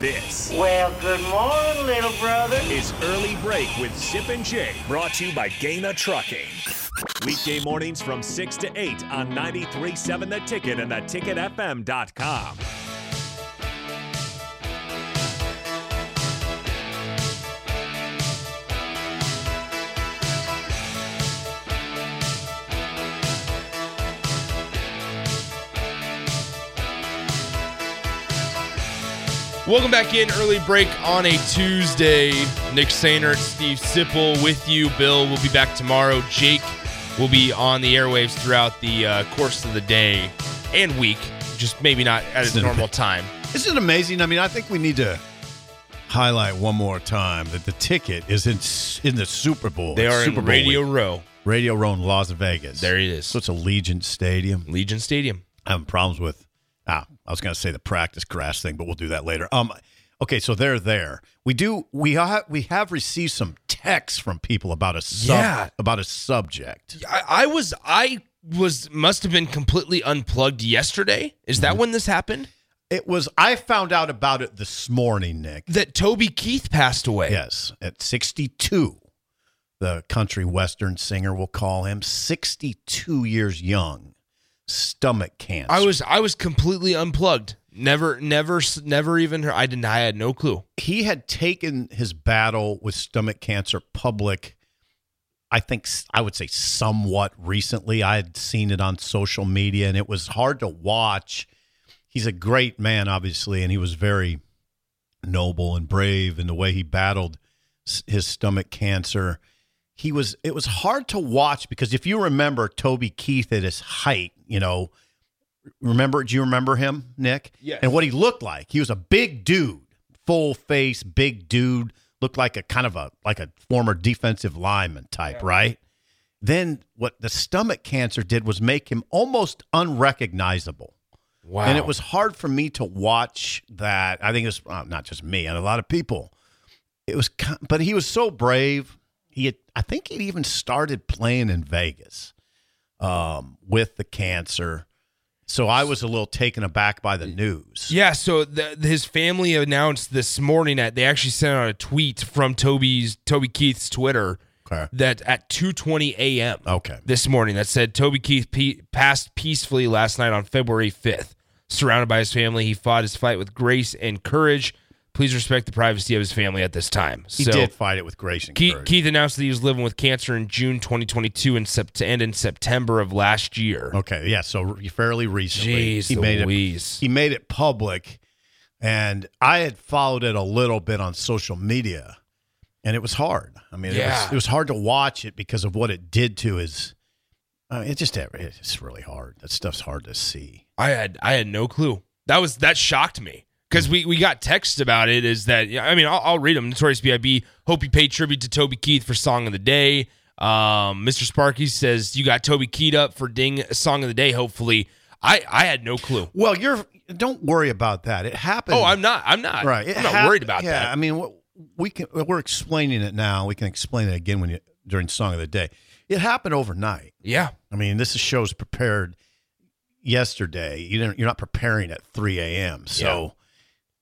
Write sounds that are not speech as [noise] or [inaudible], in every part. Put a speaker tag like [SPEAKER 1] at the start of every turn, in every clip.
[SPEAKER 1] This
[SPEAKER 2] Well, good morning, little brother.
[SPEAKER 1] is Early Break with Zip and Jay, brought to you by Gaina Trucking. Weekday mornings from 6 to 8 on 93.7 The Ticket and theticketfm.com.
[SPEAKER 3] Welcome back in. Early break on a Tuesday. Nick Sainert, Steve Sipple with you. Bill will be back tomorrow. Jake will be on the airwaves throughout the uh, course of the day and week, just maybe not at his
[SPEAKER 4] [laughs]
[SPEAKER 3] normal time.
[SPEAKER 4] Isn't it amazing? I mean, I think we need to highlight one more time that the ticket is in s- in the Super Bowl.
[SPEAKER 3] They
[SPEAKER 4] It's
[SPEAKER 3] are
[SPEAKER 4] Super
[SPEAKER 3] in
[SPEAKER 4] Bowl
[SPEAKER 3] Radio
[SPEAKER 4] week.
[SPEAKER 3] Row,
[SPEAKER 4] Radio Row in Las Vegas.
[SPEAKER 3] There it is.
[SPEAKER 4] So it's Allegiant Stadium.
[SPEAKER 3] Legion Stadium.
[SPEAKER 4] Having problems with. Ah, I was going to say the practice grass thing, but we'll do that later. Um, okay, so they're there. We do. We have we have received some texts from people about a sub,
[SPEAKER 3] Yeah.
[SPEAKER 4] about a subject.
[SPEAKER 3] I, I was, I was, must have been completely unplugged yesterday. Is
[SPEAKER 4] Mm-hmm.
[SPEAKER 3] that when this happened?
[SPEAKER 4] It was. I found out about it this morning, Nick.
[SPEAKER 3] That Toby Keith passed away.
[SPEAKER 4] Yes, at 62. The country western singer will call him 62 years young. Stomach cancer.
[SPEAKER 3] I was, I was completely unplugged. Never, never, never even heard. I didn't, I had no clue.
[SPEAKER 4] he had taken his battle with stomach cancer public. I think s- I would say somewhat recently. I had seen it on social media and it was hard to watch. He's a great man, obviously, and he was very noble and brave in the way he battled s- his stomach cancer. He was, it was hard to watch because if you remember Toby Keith at his height, you know, remember, do you remember him, Nick?
[SPEAKER 3] Yes.
[SPEAKER 4] And what he looked like. He was a big dude, full face, big dude, looked like a kind of a, like a former defensive lineman type, right? Then what the stomach cancer did was make him almost unrecognizable.
[SPEAKER 3] Wow.
[SPEAKER 4] And it was hard for me to watch that. I think it was uh, not just me and a lot of people. It was, ki- but he was so brave. He had, I think he'd even started playing in Vegas um, with the cancer. So I was a little taken aback by the news.
[SPEAKER 3] Yeah, so the, his family announced this morning that they actually sent out a tweet from Toby's Toby Keith's Twitter
[SPEAKER 4] Okay. Oh.
[SPEAKER 3] that at 2:20 a.m.
[SPEAKER 4] Okay.
[SPEAKER 3] this morning that said Toby Keith pe- passed peacefully last night on February 5th, surrounded by his family. He fought his fight with grace and courage. Please respect the privacy of his family at this time.
[SPEAKER 4] He
[SPEAKER 3] so
[SPEAKER 4] did fight it with grace and
[SPEAKER 3] Keith,
[SPEAKER 4] courage.
[SPEAKER 3] Keith announced that he was living with cancer in June 2022 and, sept- and in September of last year.
[SPEAKER 4] Okay, yeah. So fairly recently,
[SPEAKER 3] Jeez
[SPEAKER 4] he made
[SPEAKER 3] Louise.
[SPEAKER 4] it. He made it public, and I had followed it a little bit on social media, and it was hard. I mean, it,
[SPEAKER 3] Yeah.
[SPEAKER 4] was, it was hard to watch it because of what it did to his. I mean, it just it's really hard. That stuff's hard to see.
[SPEAKER 3] I had I had no clue. That was that shocked me because we we got texts about it. Is that I mean I'll, I'll read them. Notorious B.I.B. Hope you paid tribute to Toby Keith for song of the day. Um, Mr. Sparky says you got Toby Keith up for ding song of the day. Hopefully, I I had no clue.
[SPEAKER 4] Well, you're don't worry about that. It happened.
[SPEAKER 3] Oh, I'm not. I'm not.
[SPEAKER 4] right. It
[SPEAKER 3] I'm not
[SPEAKER 4] hap-
[SPEAKER 3] worried about
[SPEAKER 4] yeah,
[SPEAKER 3] that.
[SPEAKER 4] I mean, what- we can we're explaining it now. We can explain it again when you during song of the day. It happened overnight.
[SPEAKER 3] yeah.
[SPEAKER 4] I mean, this show's prepared yesterday. You didn't, you're not preparing at 3 a.m. So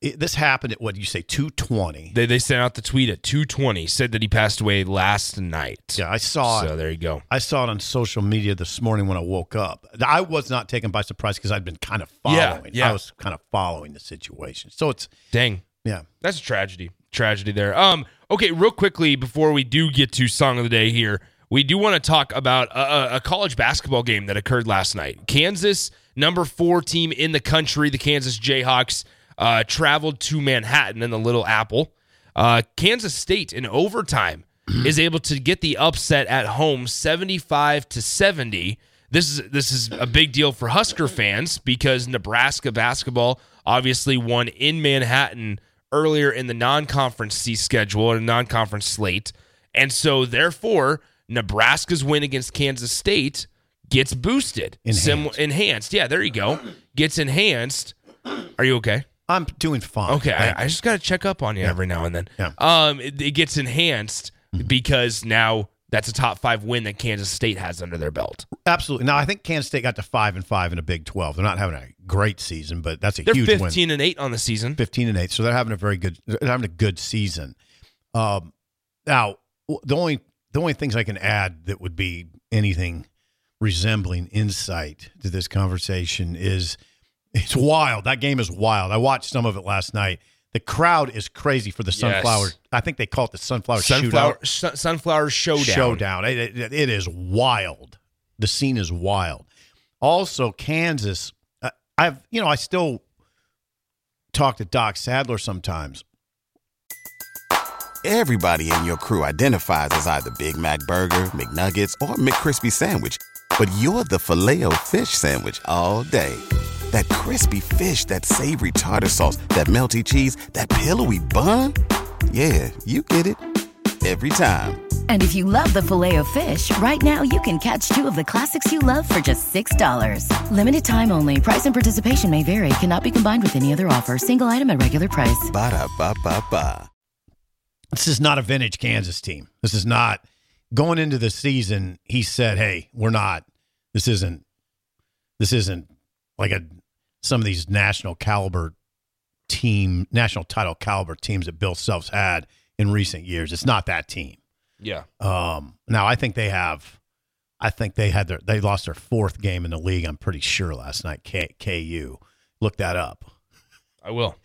[SPEAKER 4] it, this happened at what do you say 2:20?
[SPEAKER 3] They they sent out the tweet at 2:20. Said that he passed away last night.
[SPEAKER 4] Yeah, I saw
[SPEAKER 3] So
[SPEAKER 4] it.
[SPEAKER 3] there you go.
[SPEAKER 4] I saw it on social media this morning when I woke up. I was not taken by surprise because I'd been kind of
[SPEAKER 3] Yeah,
[SPEAKER 4] following.
[SPEAKER 3] yeah.
[SPEAKER 4] I was kind of following the situation. So it's
[SPEAKER 3] Dang.
[SPEAKER 4] yeah.
[SPEAKER 3] That's a tragedy. Tragedy there. Um. Okay, real quickly before we do get to song of the day here, we do want to talk about a, a- a college basketball game that occurred last night. Kansas, number four team in the country, the Kansas Jayhawks, uh, traveled to Manhattan in the Little Apple. Uh, Kansas State in overtime is able to get the upset at home, seventy-five to seventy. This is this is a big deal for Husker fans because Nebraska basketball obviously won in Manhattan earlier in the non-conference C schedule and non-conference slate, and so therefore Nebraska's win against Kansas State gets boosted,
[SPEAKER 4] Enhanced.
[SPEAKER 3] enhanced. Yeah, there you go. Gets enhanced. Are you okay?
[SPEAKER 4] I'm doing fine.
[SPEAKER 3] Okay,
[SPEAKER 4] Thank
[SPEAKER 3] I, I just got to check up on you every now and then.
[SPEAKER 4] Yeah. Mm-hmm.
[SPEAKER 3] Um, it, it gets enhanced because now that's a top five win that Kansas State has under their belt.
[SPEAKER 4] Absolutely. Now I think Kansas State got to five and five in a Big Twelve. They're not having a great season, but that's a
[SPEAKER 3] They're
[SPEAKER 4] huge win.
[SPEAKER 3] fifteen and eight on the season.
[SPEAKER 4] Fifteen and eight, so they're having a very good, they're having a good season. Um, now w- the only the only things I can add that would be anything resembling insight to this conversation is it's wild. That game is wild. I watched some of it last night. The crowd is crazy for the sunflower. I think they call it the sunflower, shootout.
[SPEAKER 3] Sunflower, sun, sunflower showdown.
[SPEAKER 4] It, it- it is wild. The scene is wild. Also, Kansas. I- I've you know I still talk to Doc Sadler sometimes.
[SPEAKER 5] Everybody in your crew identifies as either Big Mac Burger, McNuggets, or McCrispy Sandwich. But you're the filet fish Sandwich all day. That crispy fish, that savory tartar sauce, that melty cheese, that pillowy bun. Yeah, you get it. Every time.
[SPEAKER 6] And if you love the filet of fish, right now you can catch two of the classics you love for just $6. Limited time only. Price and participation may vary. Cannot be combined with any other offer. Single item at regular price.
[SPEAKER 5] Ba-da-ba-ba-ba.
[SPEAKER 4] This is not a vintage Kansas team. This is not going into the season. He said, "Hey, we're not. This isn't. This isn't like a some of these national caliber team, national title caliber teams that Bill Self's had in recent years. It's not that team."
[SPEAKER 3] Yeah.
[SPEAKER 4] Um, now I think they have, I think they had their, they lost their fourth game in the league. I'm pretty sure last night. K, KU, look that up,
[SPEAKER 3] I will.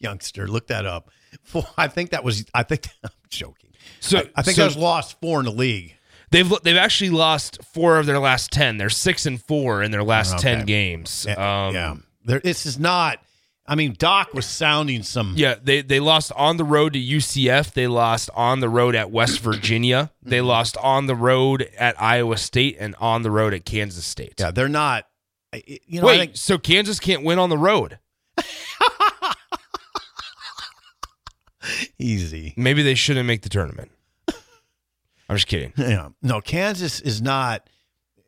[SPEAKER 4] youngster, look that up. Four, I think that was, I think [laughs] I'm joking.
[SPEAKER 3] So
[SPEAKER 4] I think
[SPEAKER 3] so
[SPEAKER 4] I was lost four in the league.
[SPEAKER 3] they've they've actually lost four of their last ten. They're six and four in their last
[SPEAKER 4] Okay.
[SPEAKER 3] ten games. Um,
[SPEAKER 4] yeah, there, this is not. I mean, Doc was sounding some.
[SPEAKER 3] Yeah, they they lost on the road to UCF. They lost on the road at West Virginia. They
[SPEAKER 4] Mm-hmm.
[SPEAKER 3] lost on the road at Iowa State and on the road at Kansas State.
[SPEAKER 4] yeah, they're not. I- I- You know,
[SPEAKER 3] Wait,
[SPEAKER 4] I think,
[SPEAKER 3] so Kansas can't win on the road?
[SPEAKER 4] easy.
[SPEAKER 3] Maybe they shouldn't make the
[SPEAKER 4] [laughs]
[SPEAKER 3] tournament. I'm just kidding.
[SPEAKER 4] Yeah. No, Kansas is not.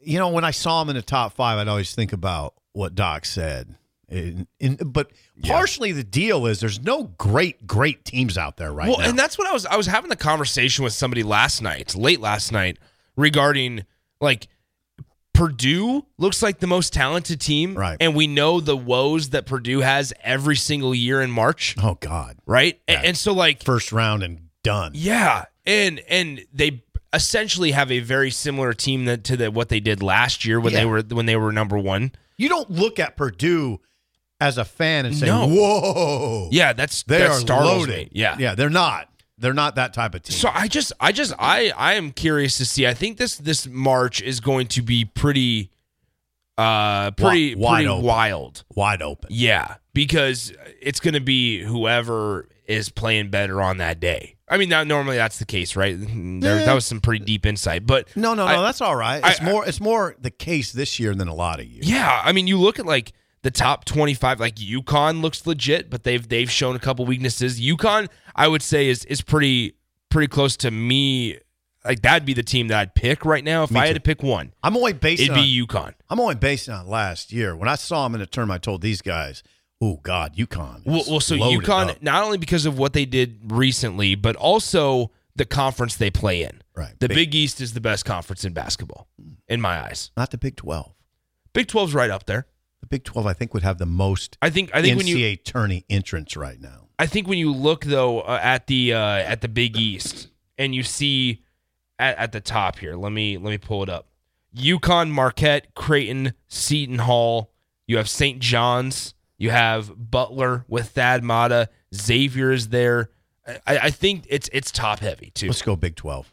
[SPEAKER 4] You know, when I saw him in the top five, I'd always think about what Doc said. And, and- but partially the deal is there's no great, great teams out there right
[SPEAKER 3] well,
[SPEAKER 4] now.
[SPEAKER 3] and that's what I was I was having the conversation with somebody last night, late last night, regarding like Purdue looks like the most talented team.
[SPEAKER 4] Right.
[SPEAKER 3] And we know the woes that Purdue has every single year in March.
[SPEAKER 4] oh God,
[SPEAKER 3] Right. A- And, so like
[SPEAKER 4] first round and done.
[SPEAKER 3] Yeah, and and they essentially have a very similar team that, to the, what they did last year when
[SPEAKER 4] Yeah.
[SPEAKER 3] they were when they were number one.
[SPEAKER 4] You don't look at Purdue as a fan and say,
[SPEAKER 3] No.
[SPEAKER 4] "Whoa,
[SPEAKER 3] Yeah, that's
[SPEAKER 4] they
[SPEAKER 3] that
[SPEAKER 4] are
[SPEAKER 3] startles
[SPEAKER 4] loaded."
[SPEAKER 3] me. Yeah.
[SPEAKER 4] yeah, they're not. They're not that type of team.
[SPEAKER 3] So I just I just I I am curious to see. I think this this March is going to be pretty uh pretty
[SPEAKER 4] Wi- wide
[SPEAKER 3] pretty
[SPEAKER 4] open.
[SPEAKER 3] wild.
[SPEAKER 4] Wide open.
[SPEAKER 3] Yeah, because it's going to be whoever is playing better on that day. I mean, that normally that's the case, right? There, That was some pretty deep insight, but
[SPEAKER 4] No, no, no.
[SPEAKER 3] I-
[SPEAKER 4] that's all right.
[SPEAKER 3] I-
[SPEAKER 4] It's more. It's more the case this year than a lot of years.
[SPEAKER 3] Yeah, I mean, you look at like the top twenty-five. Like UConn looks legit, but they've they've shown a couple weaknesses. UConn, I would say, is is pretty pretty close to me. Like that'd be the team that I'd pick right now if I had to pick one.
[SPEAKER 4] I'm only based.
[SPEAKER 3] It'd
[SPEAKER 4] on,
[SPEAKER 3] be UConn.
[SPEAKER 4] I'm only basing on last year. When I saw him in a term, I told these guys, "Oh God, UConn." is
[SPEAKER 3] Well, well so
[SPEAKER 4] loaded
[SPEAKER 3] UConn,
[SPEAKER 4] up."
[SPEAKER 3] not only because of what they did recently, but also the conference they play in.
[SPEAKER 4] right?
[SPEAKER 3] The Big East is the best conference in basketball, in my eyes.
[SPEAKER 4] not the Big Twelve.
[SPEAKER 3] Big 12's right up there.
[SPEAKER 4] The Big Twelve, I think, would have the most
[SPEAKER 3] I think. I think
[SPEAKER 4] NCAA
[SPEAKER 3] when you
[SPEAKER 4] tourney entrance right now.
[SPEAKER 3] I think when you look though uh, at the uh, at the Big East and you see at, at the top here, let me let me pull it up. Yukon, Marquette, Creighton, Seton Hall. You have St. John's. You have Butler with Thad Mata. Xavier is there. I, I think it's it's top heavy too.
[SPEAKER 4] Let's go Big Twelve.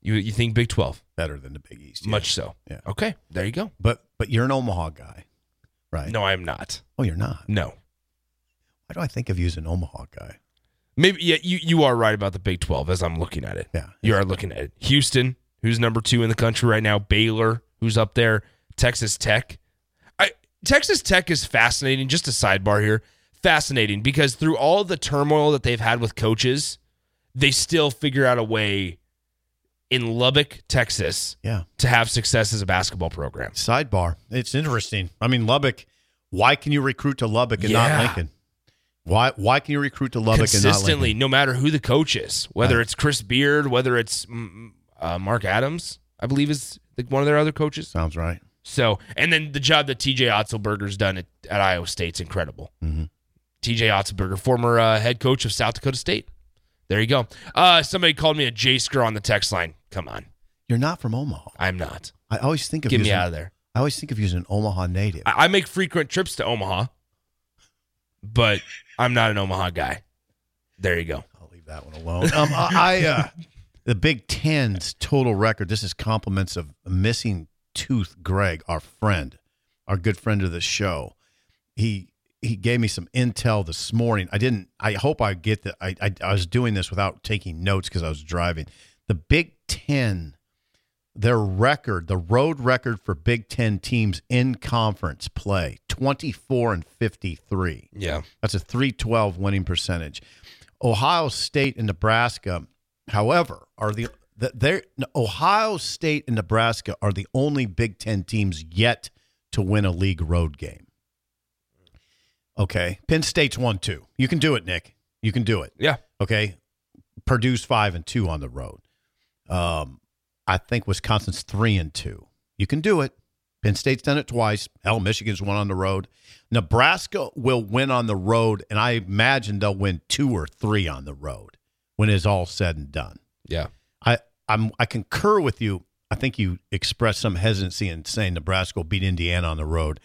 [SPEAKER 3] You you think Big Twelve?
[SPEAKER 4] Better than the Big East, yeah.
[SPEAKER 3] Much so.
[SPEAKER 4] Yeah.
[SPEAKER 3] Okay. There you go.
[SPEAKER 4] But but you're an Omaha guy, right?
[SPEAKER 3] No, I am not.
[SPEAKER 4] oh, you're not.
[SPEAKER 3] No.
[SPEAKER 4] Why do I think of you as an Omaha guy?
[SPEAKER 3] Maybe yeah, you, you are right about the Big Twelve as I'm looking at it.
[SPEAKER 4] Yeah.
[SPEAKER 3] You are looking at it. Houston, who's number two in the country right now, Baylor, who's up there, Texas Tech. I Texas Tech is fascinating. Just a sidebar here. fascinating because through all the turmoil that they've had with coaches, they still figure out a way in Lubbock, Texas,
[SPEAKER 4] Yeah.
[SPEAKER 3] to have success as a basketball program.
[SPEAKER 4] Sidebar. It's interesting. I mean, Lubbock. Why can you recruit to Lubbock and
[SPEAKER 3] Yeah.
[SPEAKER 4] not Lincoln? Why Why can you recruit to Lubbock and not
[SPEAKER 3] Consistently,
[SPEAKER 4] Lincoln?
[SPEAKER 3] no matter who the coach is, whether
[SPEAKER 4] Right.
[SPEAKER 3] it's Chris Beard, whether it's mm, uh, Mark Adams, I believe is like one of their other coaches.
[SPEAKER 4] Sounds right.
[SPEAKER 3] So, and then the job that TJ Otzelberger's done at, at Iowa State's incredible.
[SPEAKER 4] Mhm.
[SPEAKER 3] TJ Otzelberger, former uh, head coach of South Dakota State. There you go. Uh, somebody called me a Jasker on the text line. Come on,
[SPEAKER 4] You're not from Omaha.
[SPEAKER 3] I'm not.
[SPEAKER 4] I always think of
[SPEAKER 3] Get
[SPEAKER 4] you
[SPEAKER 3] me
[SPEAKER 4] as an-
[SPEAKER 3] out of there.
[SPEAKER 4] I always think of you as an Omaha native.
[SPEAKER 3] I, I make frequent trips to Omaha, but I'm not an Omaha guy. There you go.
[SPEAKER 4] I'll leave that one alone. Um, I,
[SPEAKER 3] [laughs]
[SPEAKER 4] I uh, the Big Ten's total record. This is compliments of missing tooth Greg, our friend, our good friend of the show. He he gave me some intel this morning. I didn't. I hope I get the. I I, I was doing this without taking notes because I was driving. The Big Ten, their record, the road record for Big Ten teams in conference play, twenty four and fifty three.
[SPEAKER 3] Yeah.
[SPEAKER 4] That's a 312 winning percentage. Ohio State and Nebraska, however, are the the- they're no, Ohio State and Nebraska are the only Big Ten teams yet to win a league road game. Okay. Penn State's one two. You can do it, Nick. You can do it.
[SPEAKER 3] Yeah.
[SPEAKER 4] Okay. Purdue's five and two on the road. Um, I think Wisconsin's three and two. You can do it. Penn State's done it twice. Hell, Michigan's won on the road. Nebraska will win on the road, and I imagine they'll win two or three on the road when it's all said and done.
[SPEAKER 3] Yeah.
[SPEAKER 4] I I'm I concur with you. I think you expressed some hesitancy in saying Nebraska will beat Indiana on the road.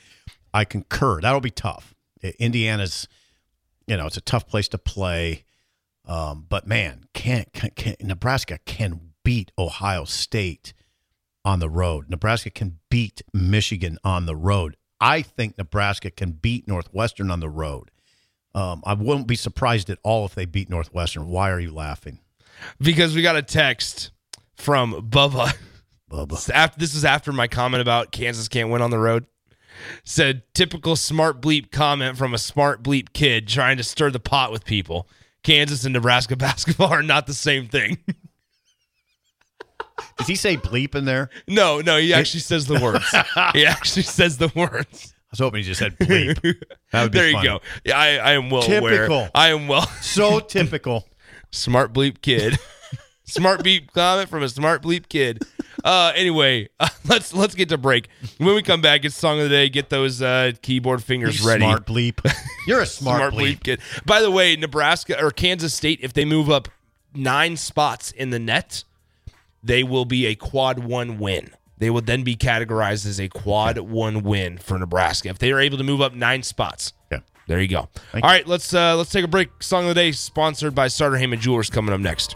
[SPEAKER 4] I concur. That'll be tough. I- Indiana's, you know, it's a tough place to play. Um, but man, can, can, can Nebraska can beat Ohio State on the road. Nebraska can beat Michigan on the road. I think Nebraska can beat Northwestern on the road. Um, I wouldn't be surprised at all if they beat Northwestern. Why are you laughing,
[SPEAKER 3] Because we got a text from Bubba. [laughs]
[SPEAKER 4] Bubba?
[SPEAKER 3] After, this is after my comment about Kansas can't win on the road. Said typical smart bleep comment from a smart bleep kid trying to stir the pot with people. Kansas and Nebraska [laughs] basketball are not the same thing. [laughs]
[SPEAKER 4] Does he say bleep in there?
[SPEAKER 3] no, no, he actually says the
[SPEAKER 4] [laughs]
[SPEAKER 3] words. he actually says the words.
[SPEAKER 4] I was hoping he just said bleep. [laughs] That would be
[SPEAKER 3] there you
[SPEAKER 4] funny.
[SPEAKER 3] go. Yeah, I, I am well aware.
[SPEAKER 4] Typical.
[SPEAKER 3] I am well
[SPEAKER 4] So typical.
[SPEAKER 3] smart bleep
[SPEAKER 4] [laughs]
[SPEAKER 3] kid. smart bleep comment from a smart bleep kid. Uh, [laughs] anyway, let's let's get to break. When we come back, it's song of the day. Get those uh, keyboard fingers
[SPEAKER 4] You
[SPEAKER 3] ready.
[SPEAKER 4] Smart bleep. You're a smart, bleep.
[SPEAKER 3] kid. By the way, Nebraska or Kansas State, if they move up nine spots in the net, they will be a quad one win. They will then be categorized as a quad one win for Nebraska if they are able to move up nine spots.
[SPEAKER 4] Yeah.
[SPEAKER 3] There you go.
[SPEAKER 4] Thank
[SPEAKER 3] All right, let's uh, let's take a break. Song of the day, sponsored by Starter Heyman Jewelers, coming up next.